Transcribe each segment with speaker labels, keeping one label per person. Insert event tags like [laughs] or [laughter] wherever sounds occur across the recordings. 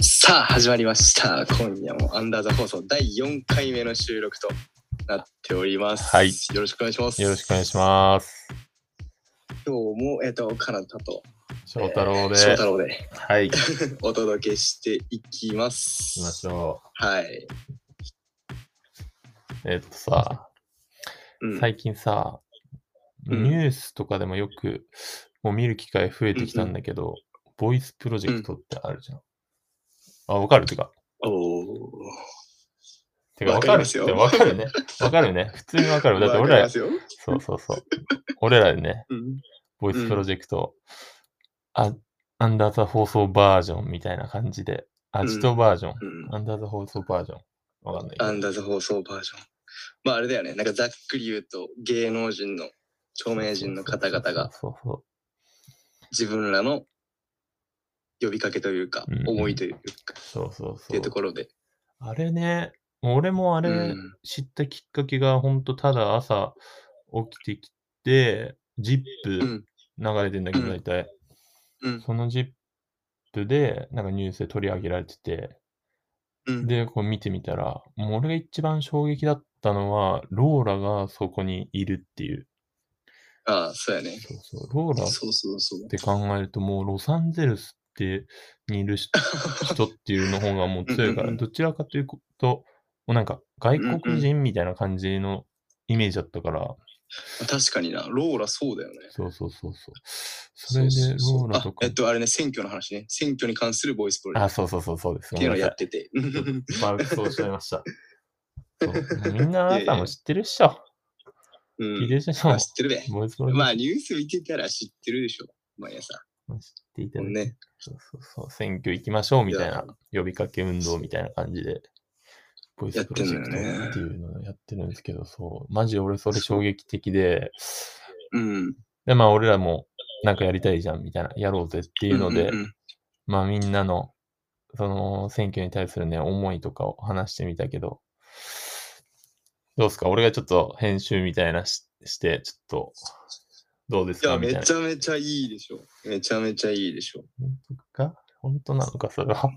Speaker 1: さあ始まりました今夜もアンダーザ放送第4回目の収録となっております、
Speaker 2: はい
Speaker 1: よろしくお願いします
Speaker 2: よろしくお願いします。
Speaker 1: 今日もえっ、とカナタと
Speaker 2: 翔太郎で。
Speaker 1: 翔太郎で [laughs]
Speaker 2: はい。行
Speaker 1: お届けしていきま
Speaker 2: きますしょ
Speaker 1: はい、
Speaker 2: う。えっとさ、
Speaker 1: うん
Speaker 2: 最近さ、
Speaker 1: うん
Speaker 2: ニュースとかでもよくもう見る機会増えてきたんだけど、ボイスプロジェクトってあるじゃん。あ、わかるてか。
Speaker 1: お
Speaker 2: てか、
Speaker 1: わ
Speaker 2: わ
Speaker 1: か
Speaker 2: か
Speaker 1: り
Speaker 2: る
Speaker 1: ま
Speaker 2: っ
Speaker 1: す
Speaker 2: て
Speaker 1: よ
Speaker 2: わかるね。わかる
Speaker 1: [laughs]
Speaker 2: ね。普通にわかる。
Speaker 1: ー
Speaker 2: だって
Speaker 1: わ
Speaker 2: 俺
Speaker 1: かり
Speaker 2: ら
Speaker 1: ま、すよ、
Speaker 2: そうそうそう。俺らでね、
Speaker 1: うん、
Speaker 2: ボイスプロジェクト、あアンダーザ放送バージョンみたいな感じで、アジトバージョン、
Speaker 1: うん
Speaker 2: アンダーザ放送バージョン。わかんないけど。
Speaker 1: アンダーザ放送バージョンまああれだよねなんかざっくり言うと芸能人の著名人の方々が
Speaker 2: そうそうそう
Speaker 1: 自分らの呼びかけというか、
Speaker 2: うん
Speaker 1: 思いというかっ
Speaker 2: そうそうそう
Speaker 1: ていうところで、
Speaker 2: あれね、もう俺もあ
Speaker 1: う
Speaker 2: れ
Speaker 1: ん
Speaker 2: 知ったきっかけが、ほんとただ朝起きてきて、ZIP
Speaker 1: うん
Speaker 2: 流れてんだけど、
Speaker 1: うん
Speaker 2: 大体。
Speaker 1: うん
Speaker 2: その ZIP で、なんかニュースで取り上げられてて、
Speaker 1: うん
Speaker 2: で、こう見てみたら、もう俺が一番衝撃だったのは、ローラがそこにいるっていう。
Speaker 1: ああそうやね
Speaker 2: そうそう、ローラっ
Speaker 1: そうそうそう [laughs]
Speaker 2: て考えると、もうロサンゼルスってにいる人人っていうの方がもう強いか
Speaker 1: うんうんう
Speaker 2: ら、
Speaker 1: ん
Speaker 2: どちらかというと、もうなんか外国人みたいな感じのイメージだったから、
Speaker 1: 確かになローラそうだよね
Speaker 2: そうそうそうそう。それで
Speaker 1: そうそうそ
Speaker 2: ロ
Speaker 1: う
Speaker 2: ーラとか
Speaker 1: あえっ、とあれね選挙の話ね選挙に関するボイスプロジェ
Speaker 2: あ、
Speaker 1: ク
Speaker 2: そうそうそうそうです。
Speaker 1: トっていうの
Speaker 2: ご
Speaker 1: を
Speaker 2: めん
Speaker 1: やっ
Speaker 2: なさ
Speaker 1: てて
Speaker 2: い。バウ [laughs] そうしちゃいました。そうみんなあなたも知ってるっしょ。
Speaker 1: [laughs] う
Speaker 2: 聞い
Speaker 1: ん
Speaker 2: てるっしょ
Speaker 1: まあ、。知ってるべ
Speaker 2: ボイスプロジェクト
Speaker 1: まあニュース見てたら知ってるでしょ毎朝
Speaker 2: 知っていた
Speaker 1: も
Speaker 2: だ
Speaker 1: う
Speaker 2: いて
Speaker 1: ね
Speaker 2: そうそうそう、選挙行きましょうみたい
Speaker 1: いや
Speaker 2: な、呼びかけ運動みたいな感じで、ボイ
Speaker 1: や
Speaker 2: ス
Speaker 1: っ
Speaker 2: プ
Speaker 1: て
Speaker 2: ロ
Speaker 1: ん
Speaker 2: ジ
Speaker 1: の
Speaker 2: ェ
Speaker 1: よね
Speaker 2: クトっていうのをやってるんですけど、そう、マジ俺それ衝撃的で、
Speaker 1: うん
Speaker 2: で、まあ俺らもなんかやりたいじゃんみたいな、やろうぜっていうの
Speaker 1: う
Speaker 2: で、
Speaker 1: んうんうん
Speaker 2: まあみんなの、その選挙に対するね、思いとかを話してみたけど、どうですか俺がちょっと編集みたいなしして、ちょっと、どうで
Speaker 1: い
Speaker 2: すか
Speaker 1: や
Speaker 2: みたい
Speaker 1: め
Speaker 2: な。
Speaker 1: ちゃめちゃいいでしょめちゃめちゃいいでしょ
Speaker 2: 本当か本当なのか、それは。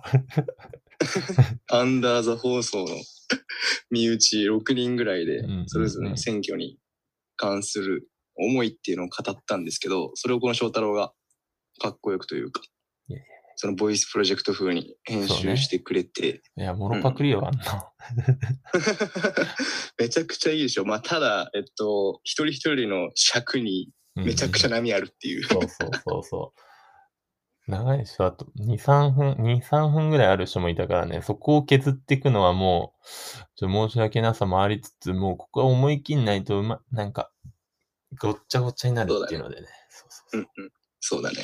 Speaker 1: アンダーザ放送の身内6人ぐらいで
Speaker 2: うんうんうん、
Speaker 1: それぞれの選挙に関する思いっていうのを語ったんですけど、それをこの翔太郎がかっこよくというか
Speaker 2: いやいや、
Speaker 1: そのボイスプロジェクト風に編集してくれて、
Speaker 2: いや、もろパクリよ、あんな。
Speaker 1: [laughs] めちゃくちゃいいでしょ。まあ、ただ、えっと、一人一人の尺にめちゃくちゃ
Speaker 2: ゃ。
Speaker 1: 波あるっていう。
Speaker 2: そうそうそうそう。長いでしょ、あと2、3分、2、3分ぐらいある人もいたからね、そこを削っていくのはもう、ちょっと申し訳なさもありつつ、もうここは思い切んないとうま、なんか、ごっちゃごっちゃになるっていうのでね。そうそう
Speaker 1: う
Speaker 2: そ
Speaker 1: ん
Speaker 2: う。
Speaker 1: うん、そうだね。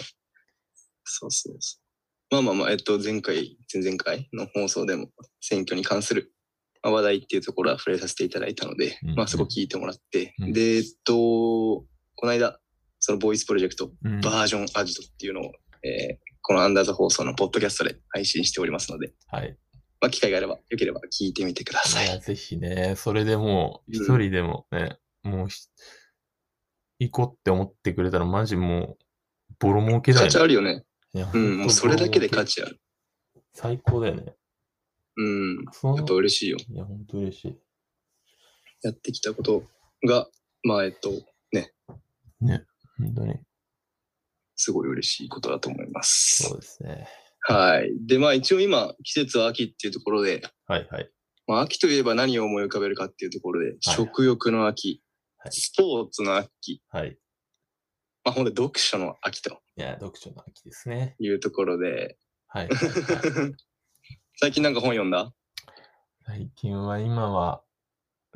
Speaker 1: そうそうそう。まあまあまあ、えっと、前回、前々回の放送でも選挙に関するまあ話題っていうところは触れさせていただいたので、
Speaker 2: うんうん
Speaker 1: まあそこ聞いてもらって、
Speaker 2: うん
Speaker 1: で、えっと、この間、そのボイスプロジェクト、
Speaker 2: うん
Speaker 1: バージョンアジトっていうのを、えーこのアンダーザ放送のポッドキャストで配信しておりますので、
Speaker 2: はい。
Speaker 1: まあ機会があれば、よければ聞いてみてくださ
Speaker 2: い
Speaker 1: い。
Speaker 2: や、ぜひね、それでもう、一
Speaker 1: うん
Speaker 2: 人でもね、もうひ、行こうって思ってくれたら、マジもう、ボロ儲けだよ
Speaker 1: 価
Speaker 2: ね
Speaker 1: 値あるよね。
Speaker 2: いや
Speaker 1: うん、もうそれだけで価。
Speaker 2: 本
Speaker 1: 値ある。
Speaker 2: 当ボロ儲け最高だよね。
Speaker 1: うん、
Speaker 2: その
Speaker 1: やっぱ嬉しいよ。
Speaker 2: いや、本当嬉しい。
Speaker 1: やってきたことが、まあえっと、
Speaker 2: 本当に。
Speaker 1: すごい嬉しいことだと思いま
Speaker 2: そ
Speaker 1: す。
Speaker 2: うですね。
Speaker 1: はい。で、まあ一応今、季節は秋っていうところで、
Speaker 2: はいはい。
Speaker 1: まあ秋といえば何を思い浮かべるかっていうところで、
Speaker 2: はい
Speaker 1: 食欲の秋、
Speaker 2: はい
Speaker 1: スポーツの秋、
Speaker 2: はい。
Speaker 1: まあほんで読書の秋と
Speaker 2: いや、読書の秋ですね。
Speaker 1: いうところで、
Speaker 2: [laughs] はいはいはい。
Speaker 1: [laughs] 最近なんか本読んだ [laughs]
Speaker 2: 最近は、今は、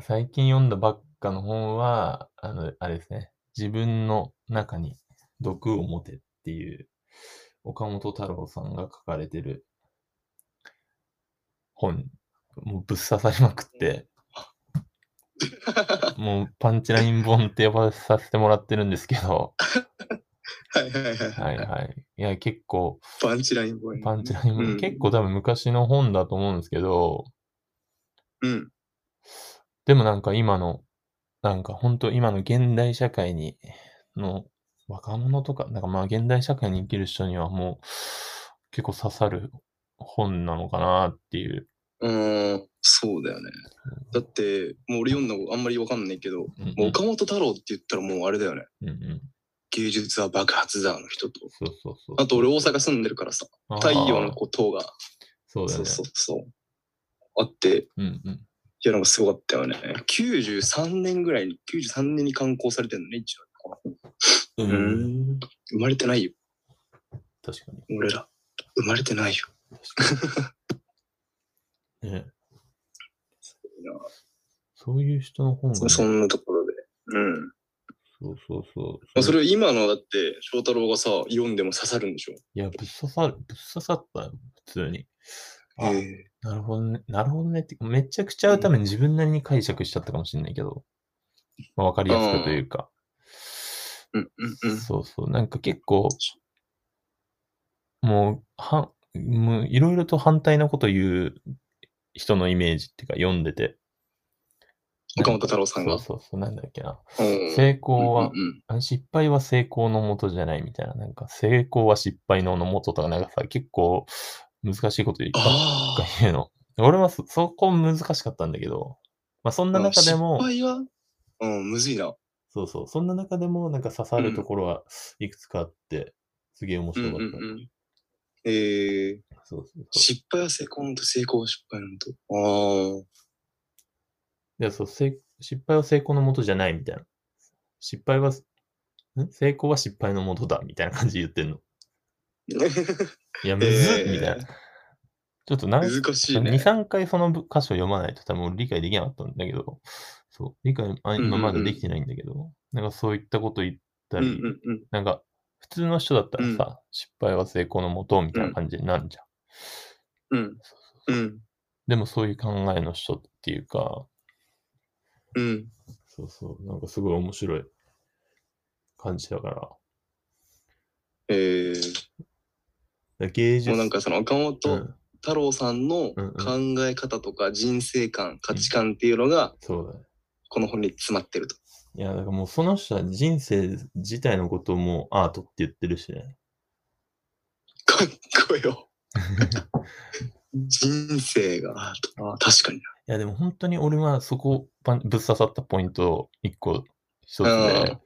Speaker 2: 最近読んだばっかの本は、あの、あれですね。自分の中に毒を持てっていう、岡本太郎さんが書かれてる本、もうぶっ刺さりまくって、もうパンチライン本って呼ばさせてもらってるんですけど、
Speaker 1: はいはいはい。
Speaker 2: はいはい。いや、結構、
Speaker 1: パンチラインボーイ。
Speaker 2: パンチラインも、
Speaker 1: うん
Speaker 2: 結構多分昔の本だと思うんですけど、
Speaker 1: うん。
Speaker 2: でもなんか今の、なんか本当今の現代社会に、の若者とか、なんかまあ現代社会に生きる人にはもう結構刺さる本なのかなっていう。
Speaker 1: うん、そうだよね。だって、もう俺読んだことあんまりわかんないけど、
Speaker 2: うん
Speaker 1: もう岡本太郎って言ったらもうあれだよね。
Speaker 2: うんうん。
Speaker 1: 芸術は爆発だの人と。
Speaker 2: そうそうそう。
Speaker 1: あと俺大阪住んでるからさ、
Speaker 2: あー
Speaker 1: 太陽のこう塔が、
Speaker 2: そうだ
Speaker 1: そ
Speaker 2: よ
Speaker 1: う
Speaker 2: ね。
Speaker 1: そうそう。あって、
Speaker 2: うんうん。
Speaker 1: いやなんかすごかったよね。93年ぐらいに、93年に刊行されてるのね、一応。
Speaker 2: う
Speaker 1: う。ん。生まれてないよ、
Speaker 2: 確かに。
Speaker 1: 俺ら。生まれてないよ。
Speaker 2: 確かに。ねそういう人の本が、
Speaker 1: そ
Speaker 2: ね。
Speaker 1: そんなところで。うん。
Speaker 2: そうそうそう。
Speaker 1: まあそれを今のだって、翔太郎がさ、読んでも刺さるんでしょ。
Speaker 2: いや、ぶっ刺さる、ぶっ刺さったよ、普通に。あ
Speaker 1: え
Speaker 2: なるほどね。なるほどねってか。めちゃくちゃ多分自分なりに解釈しちゃったかもしれないけど。まあ、わかりやすくというか。
Speaker 1: うんうんうん。
Speaker 2: そうそう。なんか結構、もう、はん、もういろいろと反対なこと言う人のイメージっていうか、読んでて。
Speaker 1: 岡本太郎さんが。
Speaker 2: そうそうそう、なんだっけな。
Speaker 1: うん
Speaker 2: 成功は
Speaker 1: うん、うん
Speaker 2: あ失敗は成功のもとじゃないみたいな、なんか成功は失敗のもととか、なんかさ、結構難しいこと言う
Speaker 1: あ
Speaker 2: か
Speaker 1: あ。
Speaker 2: 言うの。俺はそそこ難しかったんだけど、まあそんな中でも
Speaker 1: 失、敗は、うん、むずいな。
Speaker 2: そうそう、そんな中でもなんか刺さるところはいくつかあって、すげえ面
Speaker 1: うんう
Speaker 2: 白
Speaker 1: ん
Speaker 2: か
Speaker 1: う
Speaker 2: った。
Speaker 1: ん。えー、
Speaker 2: そうそうそう。
Speaker 1: 失敗は成功のと成功は失敗のと。
Speaker 2: でそうせい失敗は成功のもとじゃないみたいな。失敗は、ん成功は失敗のもとだみたいな感じで言ってんの。
Speaker 1: あー
Speaker 2: いや、むずっ、
Speaker 1: えー
Speaker 2: みたいな。ちょっと何
Speaker 1: [laughs] 難しいね。
Speaker 2: 2、3回その箇所を読まないと多分俺理解できなかったんだけど、そう、理解、あ
Speaker 1: うんうんう
Speaker 2: 今
Speaker 1: ん
Speaker 2: まだできてないんだけど、なんかそういったこと言った
Speaker 1: うん
Speaker 2: り、
Speaker 1: うんうん。
Speaker 2: なんか普通の人だったらさ、失敗は成功のもとみたいな感じになるじゃん。
Speaker 1: うん。うん。
Speaker 2: でもそういう考えの人っていうか、
Speaker 1: うん。
Speaker 2: そうそう、なんかすごい面白い感じだから、だか
Speaker 1: えー、
Speaker 2: ら芸術
Speaker 1: もうなんかその岡
Speaker 2: う
Speaker 1: 本
Speaker 2: ん
Speaker 1: 太郎さんの
Speaker 2: うん
Speaker 1: 考え方とか人生観、価値観っていうのが、
Speaker 2: そうだね。
Speaker 1: この本に詰まってると。 [laughs]
Speaker 2: いや、だからもうその人は人生自体のことをもうアートって言ってるし [laughs] ね。
Speaker 1: かっこよ。人生がアート。あー確かに
Speaker 2: いや、でも本当に俺はそこばんぶっ刺さったポイント一個一つで、
Speaker 1: な。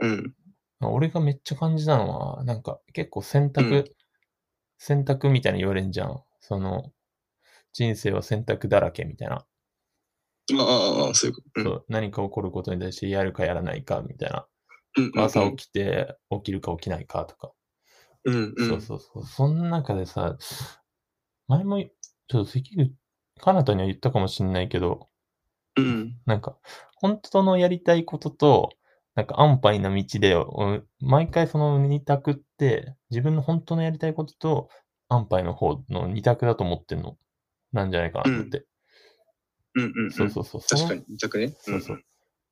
Speaker 1: うん。
Speaker 2: 俺がめっちゃ感じたのは、なんか結構選択、
Speaker 1: うん
Speaker 2: 選択みたいに言われんじゃん。その、人生は選択だらけみたいな。
Speaker 1: ああああ、そういうこと。うん
Speaker 2: そう何か起こることに対してやるかやらないかみたいな。
Speaker 1: うんうん
Speaker 2: 朝起きて起きるか起きないかとか。
Speaker 1: うんう
Speaker 2: そう
Speaker 1: う
Speaker 2: そうそう。その中でさ、前もちょっと関口、かなたには言ったかもしんないけど、
Speaker 1: うん
Speaker 2: なんか、本当のやりたいことと、なんか安牌な道で、うん毎回その二択って、自分の本当のやりたいことと安牌の方の二択だと思ってんの、なんじゃないかなと思って。
Speaker 1: うんうん
Speaker 2: そうそうそう。
Speaker 1: 確か
Speaker 2: に。
Speaker 1: に、痛くね。
Speaker 2: そうそう。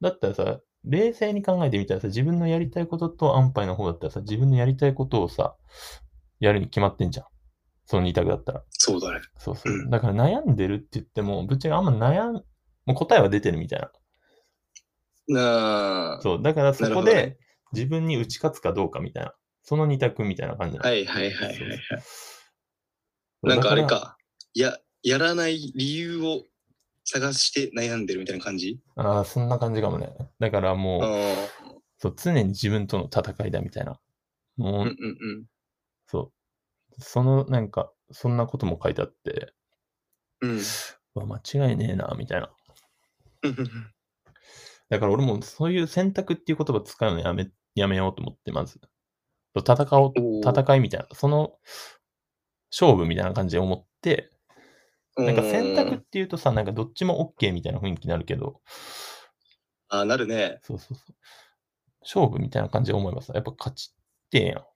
Speaker 2: だったらさ、冷静に考えてみたらさ、自分のやりたいことと安牌の方だったらさ、自分のやりたいことをさ、やるに決まってんじゃん。その二択だったら。
Speaker 1: そうだね。
Speaker 2: そうそうう。
Speaker 1: ん
Speaker 2: だから悩んでるって言っても、ぶっちゃけあんま悩ん、もう答えは出てるみたいな。
Speaker 1: なあ。
Speaker 2: そう、だからそ
Speaker 1: なる
Speaker 2: こ
Speaker 1: ほどね
Speaker 2: で自分に打ち勝つかどうかみたいな、その二択みたいな感じなの
Speaker 1: はいはいはいはい
Speaker 2: そ
Speaker 1: は
Speaker 2: うそう
Speaker 1: い。
Speaker 2: そう
Speaker 1: なんかあれ
Speaker 2: だら
Speaker 1: か、や、やらない理由を探して悩んでるみたいな感じ
Speaker 2: ああ、そんな感じかもね。だから
Speaker 1: ああ。
Speaker 2: もう、そう常に自分との戦いだみたいな。
Speaker 1: う
Speaker 2: もう、
Speaker 1: んうん
Speaker 2: そう。その、なんか、そんなことも書いてあって、
Speaker 1: うん。うん。
Speaker 2: うわ間違いねえな、みたいな。
Speaker 1: うんうん
Speaker 2: だから俺もそういう選択っていう言葉使うのやめ、やめようと思って、まず。そう戦おう、
Speaker 1: おー
Speaker 2: 戦いみたいな、その、勝負みたいな感じで思って、
Speaker 1: うん
Speaker 2: [laughs] なんか選択っていうとさ、なんかどっちも OK みたいな雰囲気になるけど、
Speaker 1: ああ、なるね。
Speaker 2: そうそうそう。勝負みたいな感じで思えばさ、やっぱ勝ちってえやん。そ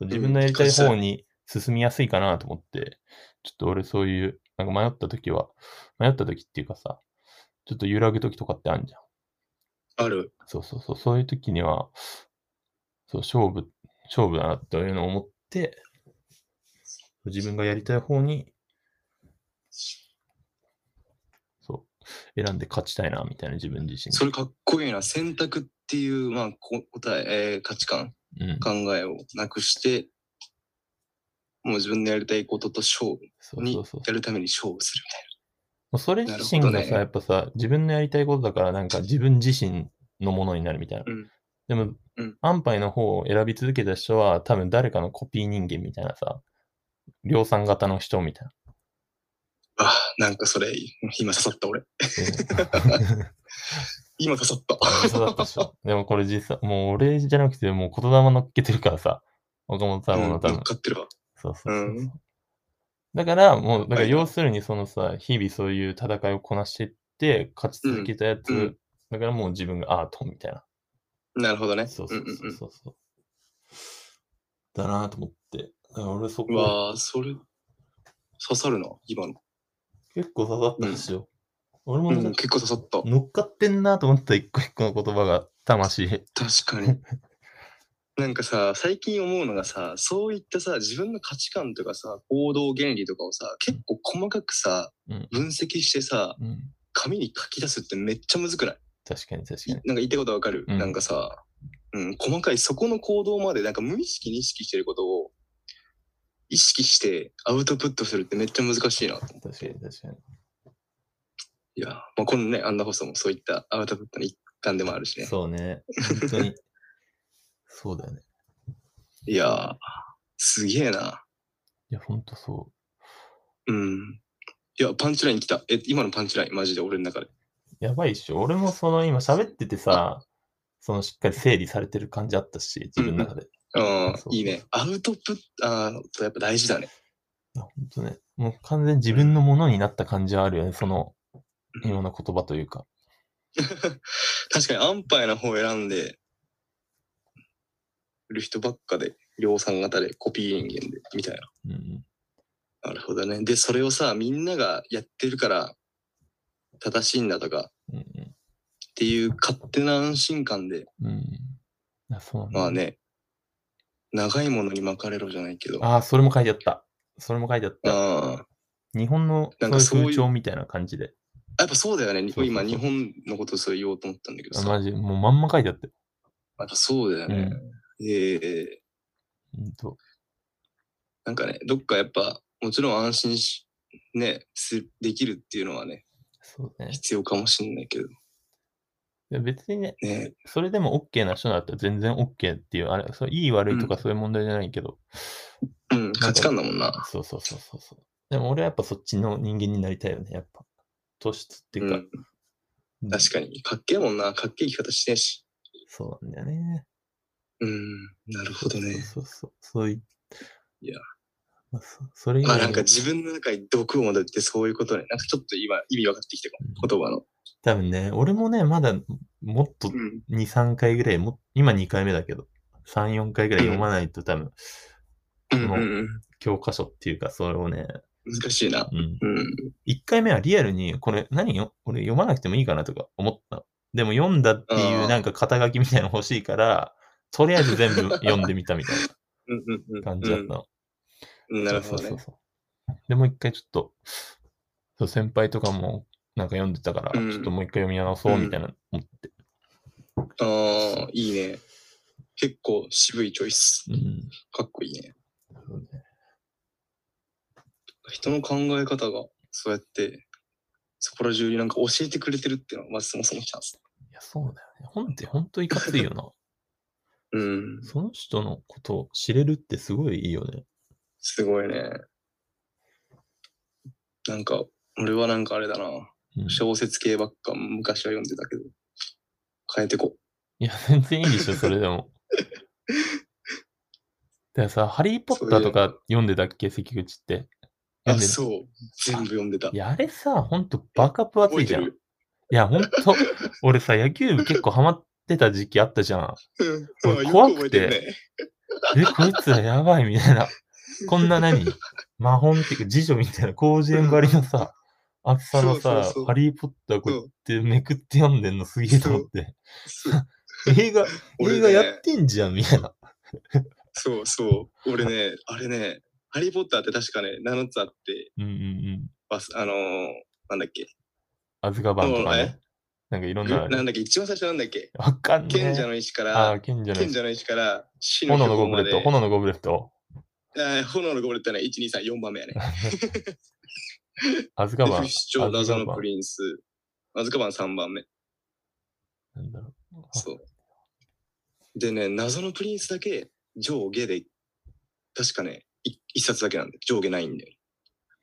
Speaker 2: う自分のやりたい方に進みやすいかなと思って、ちょっと俺そういう、なんか迷った時は、迷った時っていうかさ、ちょっと揺らぐ時とかってあるじゃん。
Speaker 1: ある。
Speaker 2: そうそうそう、そういう時には、そう、勝負、勝負だなというのを思って、自分がやりたい方に、そう、選んで勝ちたいな、みたいな自分自身
Speaker 1: それかっこいいな。選択っていう、まあ、こ答え、えー価値観、
Speaker 2: うん、
Speaker 1: 考えをなくして、もう自分のやりたいことと勝負
Speaker 2: そう
Speaker 1: に
Speaker 2: そうそう。
Speaker 1: やるために勝負する
Speaker 2: もうそれ自身が
Speaker 1: なるほ
Speaker 2: さ、
Speaker 1: どね
Speaker 2: やっぱさ、自分のやりたいことだから、なんか自分自身のものになるみたいな。
Speaker 1: うん
Speaker 2: でも、
Speaker 1: うん
Speaker 2: 安牌の方を選び続けた人は、多分誰かのコピー人間みたいなさ、量産型の人
Speaker 1: [laughs]
Speaker 2: みたいな。
Speaker 1: みたいな。あー、なんかそれ、今刺さった俺。今刺さった。 [laughs]
Speaker 2: そうだったでしょ。でもこれ実際、もう俺じゃなくて、もう言霊乗っけてるからさ、岡本太郎
Speaker 1: うん
Speaker 2: の多分
Speaker 1: 乗っ。かってるわ。
Speaker 2: そうそうそうそう
Speaker 1: うん
Speaker 2: だから、もう、だから
Speaker 1: はい
Speaker 2: 要するにそのさ、日々そういう戦いをこなしていって、勝ち続けたやつ、
Speaker 1: うんうん
Speaker 2: だからもう自分がアートみたいな。
Speaker 1: なるほどね。
Speaker 2: そうそうそう
Speaker 1: うん
Speaker 2: そうそう。だなと思って。だから俺そ
Speaker 1: うんうん、う
Speaker 2: こ
Speaker 1: わー、それ、刺さるな、今の。
Speaker 2: 結構刺さったんですよ。俺も
Speaker 1: う
Speaker 2: なんか
Speaker 1: ん、結構刺さった。
Speaker 2: 乗っかってんなと思った一個一個の言葉が魂。
Speaker 1: 確かに。 [laughs] なんかさ、最近思うのがさ、そういったさ、自分の価値観とかさ、行動原理とかをさ、結構細かくさ、
Speaker 2: うん。
Speaker 1: 分析してさ、
Speaker 2: うん。
Speaker 1: 紙に書き出すってめっちゃむずくない
Speaker 2: 確かに確か
Speaker 1: い
Speaker 2: に。
Speaker 1: なんか言ってることわかる、
Speaker 2: うん
Speaker 1: なんかさ、うん、細かいそこの行動までなんか無意識に意識してることを意識してアウトプットするってめっちゃ難しいなと思う。
Speaker 2: 確かに確かに。
Speaker 1: いや、まあ、このね、アンダーホストもそういったアウトプットの一環でもあるしね。
Speaker 2: そう
Speaker 1: [laughs]
Speaker 2: ね。本当に。そうだよね。
Speaker 1: いやー、すげえな。
Speaker 2: いや、ほんとそ
Speaker 1: うん。いや、パンチライン来た。え、今のパンチライン、マジで俺の中で。
Speaker 2: う。やばいっしょ。俺もその今喋っててさ、そのしっかり整理されてる感じあったし、自分の中で。
Speaker 1: うん
Speaker 2: そ、う
Speaker 1: いいね。アウトプット、あーやっぱ大事だね。
Speaker 2: いやほんとね。もう完全に自分のものになった感じはあるよね。その、
Speaker 1: うん
Speaker 2: 今の言葉というか。
Speaker 1: 確かに、安牌の方を選んでる人ばっかで、量産型で、コピー人間で、みたいな。
Speaker 2: うん。
Speaker 1: なるほどね。で、それをさ、みんながやってるから、正しいんだとか、っ
Speaker 2: うんうん。
Speaker 1: ていう勝手な安心感で、
Speaker 2: うん。いやそうなんだ。
Speaker 1: まあね、長いものに巻かれろじゃないけど、あ
Speaker 2: ああ、それも書いてあった。それも書いてあった。
Speaker 1: あー、
Speaker 2: 日本の
Speaker 1: なんか
Speaker 2: そういう
Speaker 1: そういう
Speaker 2: 風潮みたいな感じで。
Speaker 1: やっぱそうだよね。
Speaker 2: そうそうそう
Speaker 1: 今、日本のことそう言おうと思ったんだけど
Speaker 2: あ
Speaker 1: さ。
Speaker 2: マジ、もうまんま書いてあったよ。
Speaker 1: やっぱそうだよね。ええ
Speaker 2: うんと。
Speaker 1: なんかね、どっかやっぱ、もちろん安心し、ね、すできるっていうのはね、
Speaker 2: そうね。
Speaker 1: 必要かもしれないけど、
Speaker 2: いや別にね、
Speaker 1: ね、
Speaker 2: それでも OK な人だったら全然 OK っていう、あれ、そういい悪いとかそういう問題じゃないけど、
Speaker 1: うん、価値観だもんな。
Speaker 2: そうそうそうそうそう。でも俺はやっぱそっちの人間になりたいよね、やっぱ。突出っていうか。
Speaker 1: うん確かに。かっけえもんな。かっけえ生き方してんし。
Speaker 2: そうなんだよね。
Speaker 1: うん、なるほどね。
Speaker 2: そうそうそう。そうい
Speaker 1: いや。
Speaker 2: まあ、そそれ以
Speaker 1: まあ
Speaker 2: 外
Speaker 1: なんか
Speaker 2: に
Speaker 1: 自分の中に毒を戻ってそういうことね。なんかちょっと今意味分かってきたかも。言葉の。
Speaker 2: 多分ね、俺もね、まだもっと
Speaker 1: うん。
Speaker 2: 2、3回ぐらいも、今2回目だけど、3、4回ぐらい読まないと多分、
Speaker 1: うんうん
Speaker 2: 教科書っていうか、それをね、
Speaker 1: うん。難しいな。
Speaker 2: うん、
Speaker 1: うん。
Speaker 2: 1回目はリアルに、これ何よ、俺読まなくてもいいかなとか思ったの。でも読んだってい
Speaker 1: あ
Speaker 2: う
Speaker 1: ー
Speaker 2: なんか肩書きみたいなの欲しいから、とりあえず
Speaker 1: [laughs]
Speaker 2: 全部読んでみたみたい
Speaker 1: うんうんうん。
Speaker 2: な感じだったの。
Speaker 1: うんなるほど
Speaker 2: そう
Speaker 1: ね。
Speaker 2: そうそうでもう一回ちょっと、そう先輩とかもなんか読んでたから、
Speaker 1: うん
Speaker 2: ちょっともう一回読み直そうみたいな思って。
Speaker 1: ああ、いいね。結構渋いチョイス。
Speaker 2: うん。
Speaker 1: かっこいいね。
Speaker 2: そうね
Speaker 1: 人の考え方がそうやってそこら中になんか教えてくれてるっていうのはまずそもそもチャンス。
Speaker 2: いや、そうだよね。本って本当いかついよな。
Speaker 1: うん、
Speaker 2: その人のことを知れるってすごいいいよね。
Speaker 1: すごいね。なんか俺はなんかあれだな、
Speaker 2: うん、
Speaker 1: 小説系ばっか昔は読んでたけど、変えてこ
Speaker 2: いや、全然いいでしょ、それで
Speaker 1: [laughs]
Speaker 2: も。だからさ、ハリー・ポッターとか読んでたっけ、関口って。
Speaker 1: う。あ、
Speaker 2: 読んで
Speaker 1: そう。全部読んでた
Speaker 2: い。や、あれさ、ほんとバカ分厚いじゃん。い
Speaker 1: る。
Speaker 2: や、ほんと、俺さ、野球部結構ハマってた時期あったじゃん。
Speaker 1: うん
Speaker 2: 俺
Speaker 1: あ
Speaker 2: 怖
Speaker 1: よ
Speaker 2: く
Speaker 1: 覚え
Speaker 2: て
Speaker 1: るね。
Speaker 2: え、こいつらやばい、みたいな。こんな何魔法っていうか、次女みたいな、広辞苑ばりのさ、厚さの
Speaker 1: そう
Speaker 2: さ
Speaker 1: そうそう、
Speaker 2: ハリー・ポッターこうやってめくって読んでんのすげえと思って。
Speaker 1: そう
Speaker 2: 映画、
Speaker 1: 俺
Speaker 2: 映
Speaker 1: ね
Speaker 2: 画やってんじゃん、みたいな。
Speaker 1: そうそう。俺ね、あれね、ハリー・ポッターって確かね、7つあって、
Speaker 2: うんうんうん。
Speaker 1: バスあのーなんだっけ、
Speaker 2: アズカバンとか
Speaker 1: そう
Speaker 2: ね
Speaker 1: ね。
Speaker 2: なんかいろんなあ
Speaker 1: ぐ
Speaker 2: る
Speaker 1: な。んだっけ、一番最初なんだっけ、
Speaker 2: わかんねえ。
Speaker 1: 賢者の石か
Speaker 2: あ
Speaker 1: ら
Speaker 2: あ、、賢者の
Speaker 1: 賢
Speaker 2: 石。
Speaker 1: 者の石から死の
Speaker 2: 炎の
Speaker 1: 標本
Speaker 2: ゴブ
Speaker 1: ま
Speaker 2: レ
Speaker 1: で
Speaker 2: ット、炎のゴブレット。
Speaker 1: えー炎のこぼれってのは1、2、3、4番目やね。
Speaker 2: アズカ
Speaker 1: で
Speaker 2: バン
Speaker 1: [laughs] 不。死鳥、
Speaker 2: アズ
Speaker 1: 謎
Speaker 2: カバン
Speaker 1: のプリンス、アズカバン3番目。
Speaker 2: なんだろう。
Speaker 1: そう。でね、謎のプリンスだけ上下で、確かね、い一冊だけなんで、上下ないんで。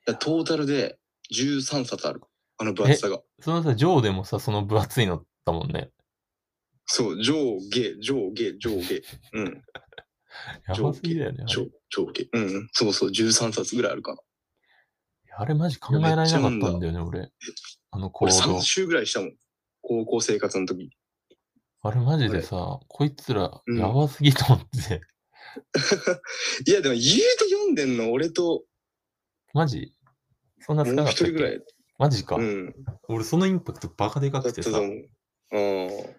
Speaker 1: だからトータルで13冊ある。あの分厚さが。
Speaker 2: そのさ、ジョーでもさ、その分厚いのだもんね。
Speaker 1: そう、上下、上下、上下。うん。
Speaker 2: やばすぎだよね。あれ
Speaker 1: 上上下。うんうん。そうそう、13冊ぐらいあるかな。
Speaker 2: あれマジ考えられなかったんだよね、俺。あの行
Speaker 1: 俺
Speaker 2: 動。
Speaker 1: 3週ぐらいしたもん。高校生活の時。
Speaker 2: あれマジでさ、こいつら、やばすぎと思って。
Speaker 1: いや、でも言うて読んでんの、俺と
Speaker 2: マジそんな
Speaker 1: もう
Speaker 2: 少なか
Speaker 1: 一
Speaker 2: った
Speaker 1: 人
Speaker 2: っけ
Speaker 1: ぐらい。
Speaker 2: マジか、
Speaker 1: うん。
Speaker 2: 俺そのインパクトバカでか
Speaker 1: だ
Speaker 2: く
Speaker 1: ってたと
Speaker 2: さ。
Speaker 1: 思う。ああ。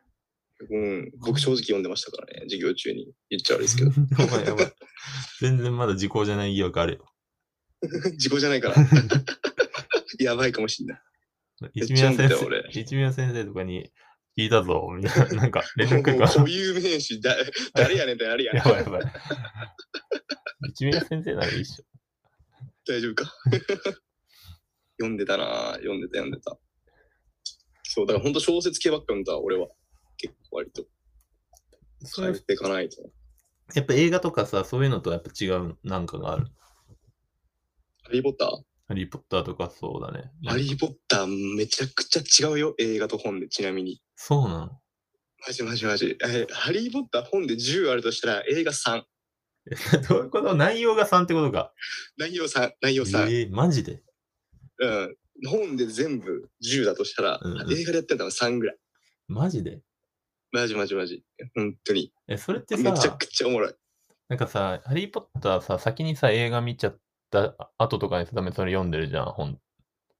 Speaker 1: うん。僕正直読んでましたからね、授業中に。言っちゃ悪いですけど。
Speaker 2: [laughs] やばいやばい。全然まだ時効じゃない疑惑あるよ。
Speaker 1: 時効じゃない
Speaker 2: [laughs]
Speaker 1: から。やばいかもしんない。
Speaker 2: 一宮
Speaker 1: めっ
Speaker 2: 先
Speaker 1: ちゃ読んだよ
Speaker 2: 生、一宮先生とかに聞いたぞ、みたい
Speaker 1: [laughs]
Speaker 2: な。なんか連
Speaker 1: もう
Speaker 2: 絡来るから
Speaker 1: 固。有名詞だ、誰やねんってあるやん。
Speaker 2: やばいやばい。一宮先生ならいいっしょ。
Speaker 1: 大丈夫
Speaker 2: [laughs]
Speaker 1: か読んでたなぁ読んでた読んでた。そう、だから本当小説系ばっか読んだ、俺は。結構割と。
Speaker 2: そ
Speaker 1: 変え
Speaker 2: れ
Speaker 1: ていかないと。
Speaker 2: やっぱ映画とかさ、そういうのとやっぱ違うなんかがある。
Speaker 1: ハリー・ポッター
Speaker 2: ハリー・ポッターとかそうだね。
Speaker 1: ハリー・ポッターめちゃくちゃ違うよ、映画と本で、ちなみに。
Speaker 2: そうなの
Speaker 1: マジマジマジ。えハリー・ポッター本で10あるとしたら映画3。
Speaker 2: え [laughs] どういうこと内容が3ってことか。
Speaker 1: 内容3、内
Speaker 2: え
Speaker 1: 容3。
Speaker 2: ー、マジで
Speaker 1: うん。本で全部10だとしたら、
Speaker 2: うんうん
Speaker 1: 映画でやってたの3ぐらい。
Speaker 2: マジで
Speaker 1: マジマジマジ。本当に。
Speaker 2: え、それって
Speaker 1: め
Speaker 2: さ、
Speaker 1: ちゃくちゃおもろい。
Speaker 2: なんかさ、ハリー・ポッターさ、先にさ、映画見ちゃった後とかにさ、多分それ読んでるじゃん、本。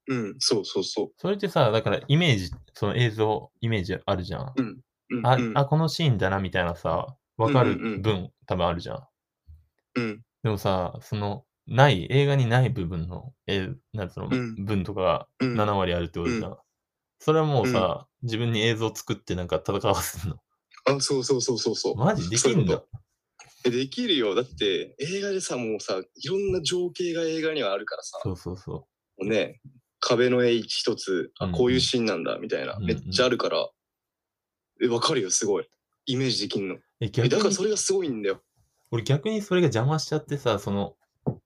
Speaker 1: うん、そうそうそ
Speaker 2: それってさ、だからイメージ、その映像、イメージあるじゃん。
Speaker 1: う。うん、
Speaker 2: あ、
Speaker 1: うん、
Speaker 2: あこのシーンだな、みたいなさ、わかる
Speaker 1: うんうんうん
Speaker 2: 分、多分あるじゃん。
Speaker 1: うん、
Speaker 2: でもさ、その、ない、映画にない部分の、えー、なんつうの、
Speaker 1: うん
Speaker 2: 分とかが
Speaker 1: うん。
Speaker 2: 7割あるってことじゃん。それはもうさ、自分に映像作ってなんか戦わせるの。
Speaker 1: あ、そうそうそうそうそう。
Speaker 2: マジで
Speaker 1: そう
Speaker 2: き
Speaker 1: いうんこと
Speaker 2: だ。
Speaker 1: えできるよ。だって、映画でさ、もうさ、いろんな情景が映画にはあるからさ、
Speaker 2: そうそうそ
Speaker 1: もうね、壁の絵一つ、あ、
Speaker 2: うんうん
Speaker 1: こういうシーンなんだ、みたいな、
Speaker 2: うんうん
Speaker 1: めっちゃあるから、え、わかるよ、すごい。イメージできんの。
Speaker 2: う。え、
Speaker 1: え
Speaker 2: 逆
Speaker 1: だから
Speaker 2: に
Speaker 1: そ、れがすごいんだよ。
Speaker 2: 俺逆にそれが邪魔しちゃってさ、その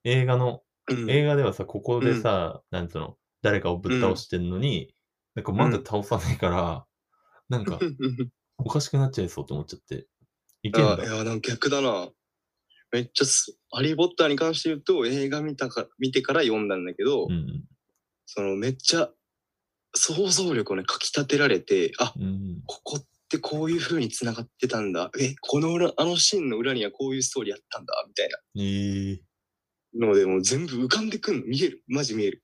Speaker 2: 映画の、
Speaker 1: うん、
Speaker 2: 映画ではさ、ここでさ、なんつうの、誰かをぶっ倒してんのに、なんかまだ倒さないから、なんか
Speaker 1: うんうん
Speaker 2: おかしくなっちゃいそうと思っちゃって。いけん
Speaker 1: あい。
Speaker 2: だ
Speaker 1: や、なんか逆だな。めっちゃす、ハリー・ポッターに関して言うと、映画見たから、見てから読んだんだけど、
Speaker 2: うん
Speaker 1: そのめっちゃ想像力をね、かきたてられて、あ、
Speaker 2: うん。うん。
Speaker 1: ここってこういう風に繋がってたんだ。え、この裏、あのシーンの裏にはこういうストーリーあったんだ、みたい
Speaker 2: えー
Speaker 1: なので、もう全部浮かんでくんの。見える。マジ見える。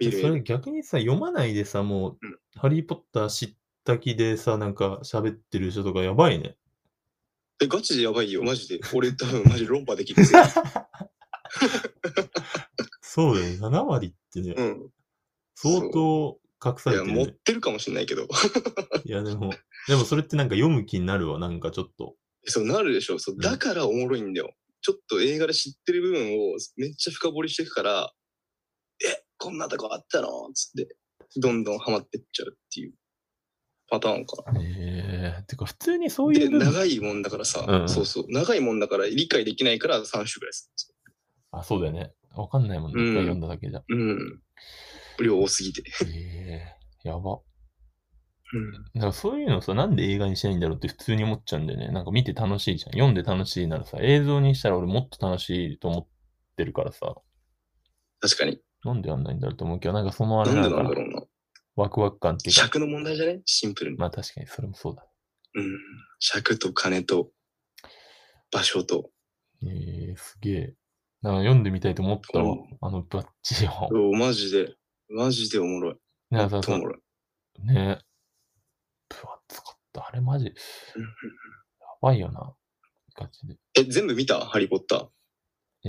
Speaker 1: 見える見
Speaker 2: そ
Speaker 1: え
Speaker 2: れ
Speaker 1: る。
Speaker 2: 逆にさ、読まないでさ、もう、
Speaker 1: うん
Speaker 2: ハリー・ポッター知った気でさ、なんか喋ってる人とかやばいね。
Speaker 1: え、ガチでやばいよ、マジで。俺多分マジ論破で
Speaker 2: [laughs]
Speaker 1: きるぜ。
Speaker 2: そうだよね、7割ってね、
Speaker 1: うん。
Speaker 2: 相当隠さ
Speaker 1: い
Speaker 2: れ
Speaker 1: や、
Speaker 2: てる、
Speaker 1: 持っ
Speaker 2: ね。
Speaker 1: てるかもしれないけど。
Speaker 2: いや、でも、でもそれってなんか読む気になるわ、なんかちょっと。
Speaker 1: そうなるでしょ。そううんだからおもろいんだよ。ちょっと映画で知ってる部分をめっちゃ深掘りしていくから、え、こんなとこあったのつって、どんどんハマってっちゃうっていうパターンかな。
Speaker 2: ええてか普通にそうい
Speaker 1: で、
Speaker 2: う部分。
Speaker 1: 長いもんだからさ、
Speaker 2: うんうん
Speaker 1: そうそう、長いもんだから理解できないから3種ぐらいです。
Speaker 2: あ、そうだよね。わかんないもんね。
Speaker 1: うん
Speaker 2: 一回読んだだけじゃ。
Speaker 1: うん。量多すぎて。
Speaker 2: ええやば。
Speaker 1: うん。
Speaker 2: なんかそういうのさ、なんで映画にしないんだろうって普通に思っちゃうんだよね。なんか見て楽しいじゃん。読んで楽しいならさ、映像にしたら俺もっと楽しいと思ってるからさ、
Speaker 1: 確かに。
Speaker 2: なんでやんないんだろうと思うけど、なんかそのあ
Speaker 1: な
Speaker 2: れ
Speaker 1: んで
Speaker 2: な
Speaker 1: なん
Speaker 2: の
Speaker 1: だ
Speaker 2: かな
Speaker 1: ろうな。
Speaker 2: ワクワク感っていうか。
Speaker 1: 尺の問題じゃねシンプルに。
Speaker 2: まあ確かにそれもそうだ。
Speaker 1: うん。尺と金と場所と。
Speaker 2: ええすげえ。なんか読んでみたいと思ったわ
Speaker 1: うん。
Speaker 2: あのバッチリを。
Speaker 1: おマジで、マジでおもろい。
Speaker 2: なんかさ
Speaker 1: とおもろい。
Speaker 2: ね分厚かった。あれマジ、やばいよな。ガチで。
Speaker 1: え、全部見たハリー・ポッター。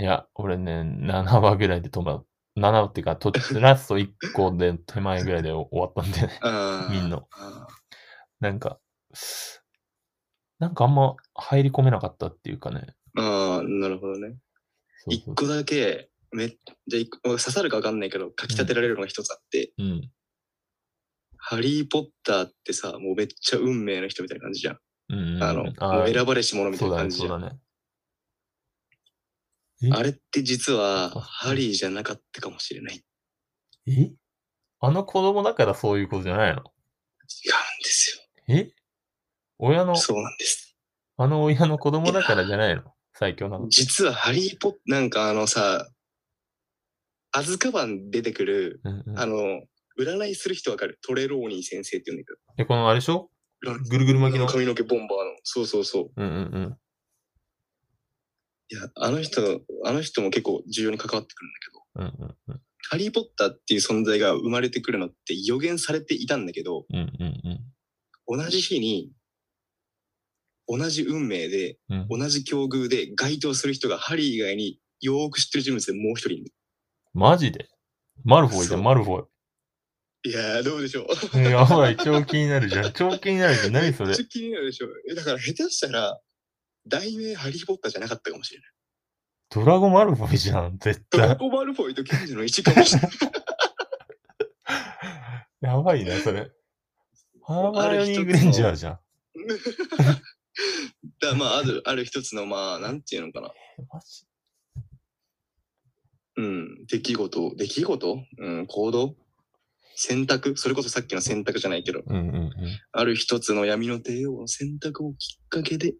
Speaker 2: いや、俺ね、7話ぐらいで止まる。7話っていうか、途中ラスト1個で手前ぐらいで [laughs] 終わったんでね。
Speaker 1: あー
Speaker 2: みんな。
Speaker 1: あ
Speaker 2: なんか、なんかあんま入り込めなかったっていうかね。
Speaker 1: ーあー、なるほどね。
Speaker 2: そう
Speaker 1: 一
Speaker 2: そう
Speaker 1: 個だけ、めっちゃ一個、刺さるかわかんないけど、書き立てられるのが一つあって、
Speaker 2: うん。
Speaker 1: ハリー・ポッターってさ、もうめっちゃ運命の人みたいな感じじゃん。
Speaker 2: うんうんうん。
Speaker 1: あの、もう選ばれし者みたいな感じ
Speaker 2: そ
Speaker 1: じ
Speaker 2: う
Speaker 1: ゃ
Speaker 2: だ
Speaker 1: ん。
Speaker 2: ね、そ
Speaker 1: あ
Speaker 2: うだ
Speaker 1: れ
Speaker 2: ね。
Speaker 1: って実は、
Speaker 2: あ
Speaker 1: ハリーじゃなかったかもしれない。違うんで
Speaker 2: ええあの子供だからそういうことじゃないの
Speaker 1: す
Speaker 2: え親の
Speaker 1: よ。、そうなんです。
Speaker 2: あの親の子供だからじゃないの最強なの。
Speaker 1: 実はハリー・ポッなんかあのさ、アズカバン出てくる、
Speaker 2: うんうん
Speaker 1: あの、占いする人わかるトレローニー先生って言うんだ
Speaker 2: で、このあれでしょ
Speaker 1: けど占い
Speaker 2: ぐるぐる巻きの。
Speaker 1: 髪の毛ボンバーの。そうそうそう。
Speaker 2: うんうんうん。
Speaker 1: いや、あの人、あの人も結構重要に関わってくるんだけど、
Speaker 2: うんうんうん。
Speaker 1: ハリー・ポッターっていう存在が生まれてくるのって予言されていたんだけど、
Speaker 2: うんうん
Speaker 1: 同じ日に、同じ運命で、
Speaker 2: うん。うん、
Speaker 1: 同じ境遇で該当する人がハリー以外によーく知ってる人物でもう一人いる。
Speaker 2: マジでマルフォイだ
Speaker 1: そう
Speaker 2: よ、マルフォイ。
Speaker 1: いやー、どうでしょう。 [laughs]
Speaker 2: えやばい、超気になるじゃん。超気になるじゃん。何そ
Speaker 1: め
Speaker 2: れ
Speaker 1: [laughs] っちゃ気になるでしょ。えだから下手したら、題名ハリー・ポッターじゃなかったかもしれない。
Speaker 2: ドラゴマルフォイじゃん、絶
Speaker 1: ドラ [laughs]
Speaker 2: 対。
Speaker 1: ゴマルフォイと賢者の一かもしれない。
Speaker 2: やばいな、それ。ハーマ
Speaker 1: あ
Speaker 2: イ
Speaker 1: る
Speaker 2: オ
Speaker 1: 一つの
Speaker 2: ニー・グレンジャーじゃん。
Speaker 1: だからまあ、ある、あ [laughs] る一つの、まあ、なんていうのかな。
Speaker 2: えマジ
Speaker 1: うん、出来事、出来事、うん、行動選択それこそさっきの選択じゃないけど、
Speaker 2: うんうんうん。
Speaker 1: ある一つの闇の帝王の選択をきっかけで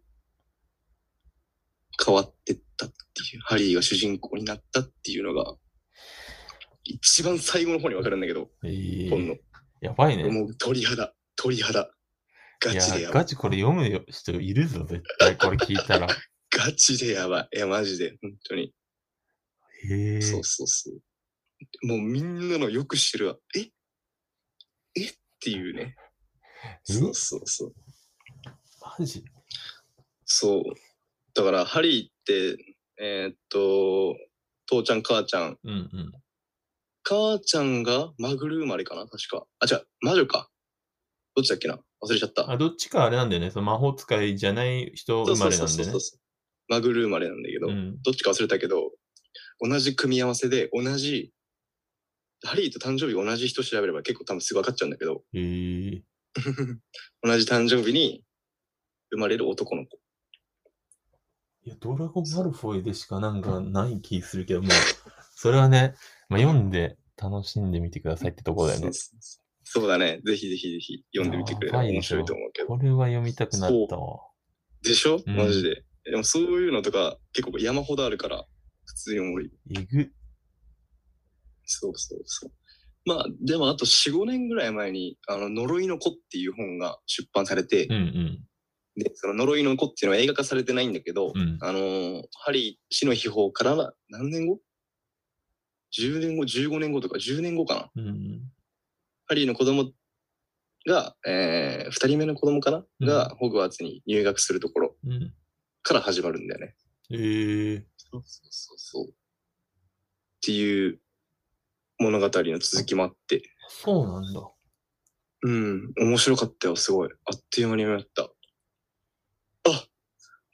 Speaker 1: 変わってったっていう、ハリーが主人公になったっていうのが、一番最後の方にわかるんだけど、
Speaker 2: え
Speaker 1: 本の
Speaker 2: ー、。やばいね。
Speaker 1: もう鳥肌、鳥肌。ガ
Speaker 2: いや
Speaker 1: チでや、ばい。
Speaker 2: ガチこれ読むよ人いるぞ、絶対。これ聞い
Speaker 1: [laughs]
Speaker 2: たら。
Speaker 1: ガチでやばい。いや、マジで、本当に。
Speaker 2: へえ。
Speaker 1: そうそうそう。もうみんなのよく知るわ。ええっていうね。
Speaker 2: え
Speaker 1: そうそうそう。
Speaker 2: マジ
Speaker 1: そう。だから、ハリーって、えーっと、父ちゃん、母ちゃん。
Speaker 2: うんうん。
Speaker 1: 母ちゃんがマグル生まれかな確か。あ、違う、魔女か。どっちだっけな忘れちゃった。
Speaker 2: あ、どっちかあれなんだよね。その魔法使いじゃない人
Speaker 1: そう
Speaker 2: 生
Speaker 1: そ
Speaker 2: ま
Speaker 1: う
Speaker 2: れ
Speaker 1: そ
Speaker 2: な
Speaker 1: うんそ
Speaker 2: で
Speaker 1: う
Speaker 2: ね
Speaker 1: そう。マグル生まれなんだけど、
Speaker 2: うん。
Speaker 1: どっちか忘れたけど、同じ組み合わせで、同じ、ハリーと誕生日が同じ人調べれば結構多分すぐ分かっちゃうんだけど、
Speaker 2: へえ。
Speaker 1: 同じ誕生日に生まれる男の子。
Speaker 2: いや、ドラゴンマルフォイでしかなんかない気するけど、もう、それはね、まあ、読んで楽しんでみてくださいってところだよね。
Speaker 1: そうそうそうだね。ぜひぜひぜひ読んでみてくれれば
Speaker 2: やばいで
Speaker 1: 面
Speaker 2: しょ
Speaker 1: 白いと思うけど。
Speaker 2: これは読みたくなったわ。
Speaker 1: でしょ
Speaker 2: うん
Speaker 1: マジで。でもそういうのとか結構山ほどあるから、普通に思い。
Speaker 2: えぐ。
Speaker 1: そうそうそう。まあ、でもあと4、5年ぐらい前に、あの、呪いの子っていう本が出版されて、
Speaker 2: うんうん。
Speaker 1: で、その呪いの子っていうのは映画化されてないんだけど、
Speaker 2: うん。
Speaker 1: あのーハリー、死の秘宝からは何年後 ?10 年後、15年後とか10年後かな。
Speaker 2: うんうん。
Speaker 1: ハリーの子供が、えー、2人目の子供かな、
Speaker 2: うん
Speaker 1: が、ホグワーツに入学するところ
Speaker 2: うん。
Speaker 1: から始まるんだよね。
Speaker 2: ええ。
Speaker 1: そうそうそうそう。っていう物語の続きもあって、
Speaker 2: そうなんだ。
Speaker 1: うん、面白かったよ、すごい。あっという間に読めた。あ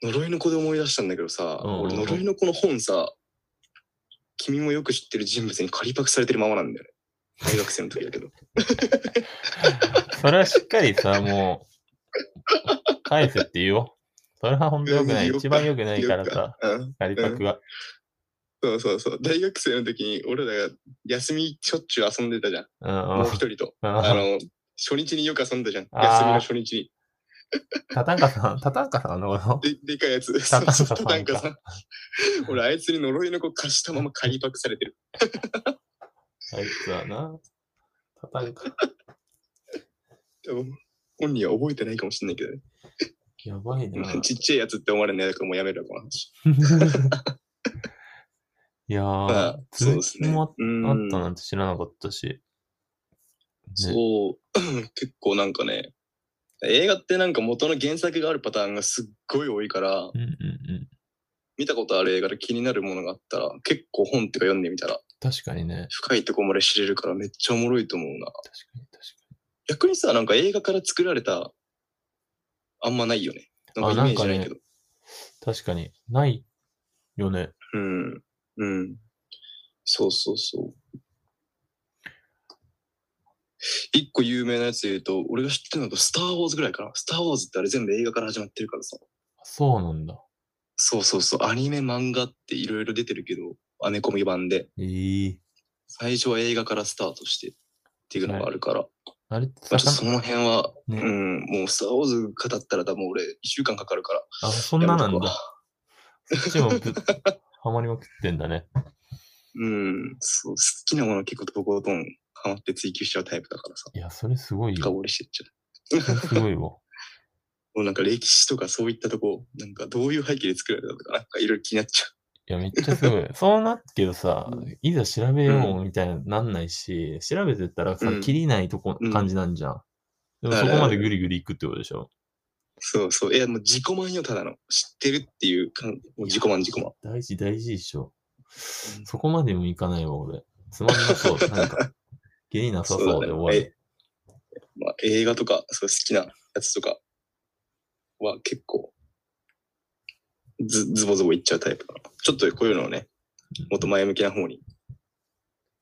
Speaker 1: 呪いの子で思い出したんだけどさ、
Speaker 2: うんうんうん
Speaker 1: 俺呪いの子の本さ、君もよく知ってる人物に仮パクされてるままなんだよね。大学生の時だけ
Speaker 2: [laughs]
Speaker 1: ど。
Speaker 2: それはしっかりさ、もう、返せって言おう。それは本当良くない。
Speaker 1: うん
Speaker 2: 一番良くないからさ、
Speaker 1: うん、
Speaker 2: ガリパクは。
Speaker 1: そうそうそう。大学生の時に俺らが休みしょっちゅう遊んでたじゃん。
Speaker 2: うんう
Speaker 1: も
Speaker 2: ん
Speaker 1: う一。人と。
Speaker 2: う
Speaker 1: あ
Speaker 2: ん
Speaker 1: の、初日によく遊んだじゃん。
Speaker 2: あー
Speaker 1: 休みの初日に。
Speaker 2: [laughs] タタンカさん、タタンカさんのこと
Speaker 1: で、でかいやつ。
Speaker 2: [laughs] タタンカさん
Speaker 1: そうそうタタンカさん。俺、あいつに呪いの子貸したまま仮パクされてる。
Speaker 2: あいつはな。タタンカ。
Speaker 1: でも本人は覚えてないかもしれないけどね。
Speaker 2: やばいな。
Speaker 1: ちっちゃいやつって思われないだからもうやめるわ、この話。
Speaker 2: [laughs] いや
Speaker 1: ま
Speaker 2: ー
Speaker 1: あ、そう
Speaker 2: 続
Speaker 1: です
Speaker 2: き
Speaker 1: ね。
Speaker 2: もあっ
Speaker 1: うん
Speaker 2: あったなんて知らなかったし。ね、
Speaker 1: そう、 [clears throat] 結構なんかね、映画ってなんか元の原作があるパターンがすっごい多いから、
Speaker 2: うんうんうん。
Speaker 1: 見たことある映画で気になるものがあったら、結構本ってか読んでみたら、
Speaker 2: 確かにね。
Speaker 1: 深いとこまで知れるからめっちゃおもろいと思うな。
Speaker 2: 確かに確か
Speaker 1: 逆にさ、なんか映画から作られた、あんまないよね。なんかイメージないけど。
Speaker 2: に。確かに。ないよね。
Speaker 1: うん。うん。そうそうそう。一個有名なやつで言うと、俺が知ってるのだと、スター・ウォーズぐらいかな。スター・ウォーズってあれ全部映画から始まってるからさ。
Speaker 2: そうなんだ。
Speaker 1: そうそうそう、アニメ、漫画っていろいろ出てるけど、アメコミ版で。
Speaker 2: ええ
Speaker 1: 最初は映画からスタートしてっていうのがあるから、
Speaker 2: あれって
Speaker 1: まあちょっとその辺は、
Speaker 2: ね
Speaker 1: うん、もうスター・ウォーズ語ったら多分俺1週間かかるから。
Speaker 2: あ、そんなな
Speaker 1: やめと
Speaker 2: ん
Speaker 1: こ
Speaker 2: だ。そっちもぶハマりまくってんだね。
Speaker 1: うん、そう、好きなもの結構とことんハマって追求しちゃうタイプだからさ、
Speaker 2: いや、それすごい
Speaker 1: 深
Speaker 2: よ。
Speaker 1: 掘りしてっちゃ
Speaker 2: それすごいわ。
Speaker 1: う。もうなんか歴史とかそういったとこ、なんかどういう背景で作られたとか、なんかいろいろ気になっちゃ
Speaker 2: いや、めっちゃ
Speaker 1: [laughs]
Speaker 2: すごい。そうなっけどさ
Speaker 1: う、
Speaker 2: いざ調べようみたいになんないし、調べてったらさ
Speaker 1: う、ん
Speaker 2: 切りないとこ、
Speaker 1: うん
Speaker 2: 感じなんじゃん。でも
Speaker 1: あ
Speaker 2: そ
Speaker 1: る
Speaker 2: こまでぐりぐりいくってことでしょ。
Speaker 1: う。そうそう、いやもう自己満よ、ただの。知ってるっていう感、もう自己満、自己満。
Speaker 2: 大事、大事でしょ。そこまでもいかないわ、俺。つまんな
Speaker 1: [laughs]
Speaker 2: そう。なんか、下痢なさそうで終わる。
Speaker 1: まあ、映画とか、そう好きなやつとかは結構、ず、ズボズボいっちゃうタイプかな。ちょっとこういうのをね、もっと前向きな方に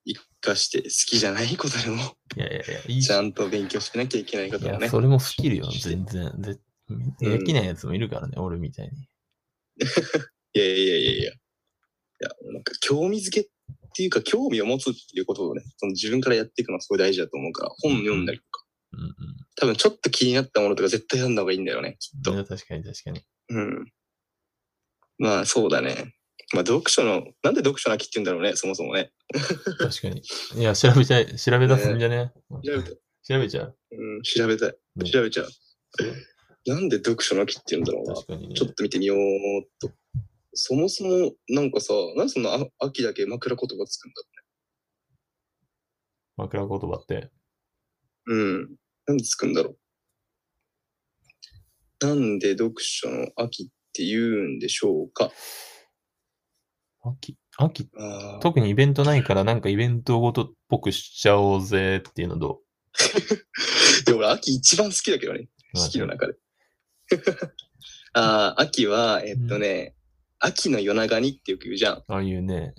Speaker 1: 生かして、好きじゃないことでも、
Speaker 2: いやいやいや、い
Speaker 1: ち
Speaker 2: いじ
Speaker 1: ゃ
Speaker 2: ゃん。
Speaker 1: んと勉強しなきゃいけないこ
Speaker 2: い
Speaker 1: とも
Speaker 2: や、
Speaker 1: ね。
Speaker 2: それもスキルよ、全然。で
Speaker 1: うん
Speaker 2: できないやつもいるからね、俺みたいに。
Speaker 1: いやいやいやいやいや。いや、なんか興味づけっていうか、興味を持つっていうことをね、その自分からやっていくのはすごい大事だと思うから、本読んだりとか、
Speaker 2: うん
Speaker 1: 多分ちょっと気になったものとか絶対読んだ方がいいんだよね、きっと
Speaker 2: うん。い。や確かに確かに。
Speaker 1: うん。まあそうだね。まあ読書の、なんで読書の秋って言うんだろうね、そもそもね。
Speaker 2: 確かに。いや、調べちゃい、調べ出すんじゃね
Speaker 1: 調べたい。
Speaker 2: 調べちゃう。
Speaker 1: うん、調べたい。
Speaker 2: ね
Speaker 1: 調べちゃう。なんで読書の秋って言うんだろうな。
Speaker 2: 確かにね。
Speaker 1: ちょっと見てみようっと。そもそも、なんかさ、なんでそんなあ秋だけ枕言葉つくんだ
Speaker 2: 枕言葉って。
Speaker 1: うん。なんでつくんだろう。なんで読書の秋って言うんでしょうか。
Speaker 2: 秋、秋、
Speaker 1: あー
Speaker 2: 特にイベントないから、なんかイベントごとっぽくしちゃおうぜっていうのど
Speaker 1: でも俺秋一番好きだけどね。
Speaker 2: う
Speaker 1: 四季の中で。 [laughs] ああ、秋は、えっとね、秋の夜長にってよく言うじゃん。
Speaker 2: ああいうね、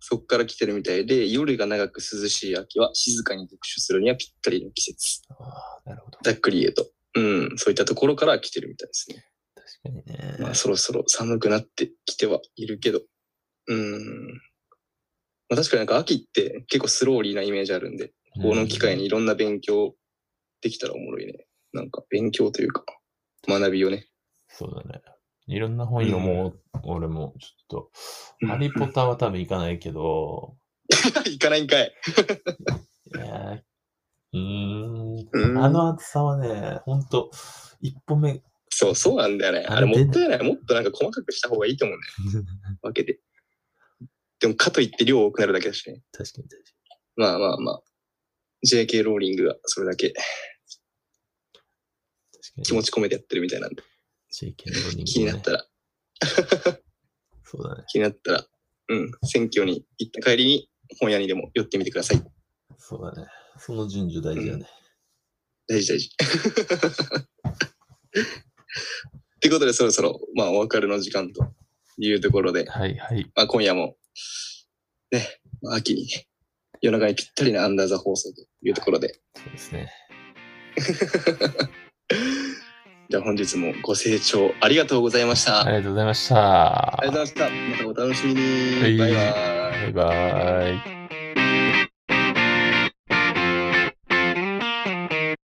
Speaker 1: そっから来てるみたいで、夜が長く涼しい秋は静かに読書するにはぴったりの季節。
Speaker 2: ああ、なるほど。
Speaker 1: ざっくり言うと。うん、そういったところから来てるみたいですね。
Speaker 2: 確かにね。
Speaker 1: まあそろそろ寒くなってきてはいるけど。うん。まあ確かになんか秋って結構スローリーなイメージあるんで、この機会にいろんな勉強できたらおもろいね。なんか勉強というか、学びをね。 [laughs]
Speaker 2: そうだね。いろんな本読もう、俺も、ちょっと。ハリポタは多分行かないけど、
Speaker 1: いかないんかい。
Speaker 2: いやーうー
Speaker 1: うん
Speaker 2: ん、あの厚さはね、ほんと、一歩目、 [laughs]
Speaker 1: そう、そうなんだよね。あ
Speaker 2: あ
Speaker 1: れ
Speaker 2: れ
Speaker 1: もったいない。もっとなんか細かくした方がいいと思うんだよ。わけで。でも、かといって量多くなるだけだしね。
Speaker 2: 確かに確かに。
Speaker 1: まあまあまあ。JK ローリングがそれだけ
Speaker 2: 確かに。
Speaker 1: 気持ち込めてやってるみたいなんで、
Speaker 2: JK ローリング、ね。
Speaker 1: 気になったら、
Speaker 2: そうだね。
Speaker 1: 気になったら、うん、選挙に行った帰りに本屋にでも寄ってみてください。
Speaker 2: そうだね。その順序大事だね。
Speaker 1: 大事大 [laughs] 事。ってことで、そろそろ、まあ、お別れの時間というところで、
Speaker 2: はいはい。
Speaker 1: まあ、今夜も、ね、まあ秋にね、夜中にぴったりなアンダーザ放送というところで、
Speaker 2: そうですね。
Speaker 1: じゃあ本日もご清聴ありがとうございました。
Speaker 2: ありがとうございました
Speaker 1: あ。りがとうございました。またお楽しみに。
Speaker 2: はい
Speaker 1: バイバイ。
Speaker 2: バイバイ。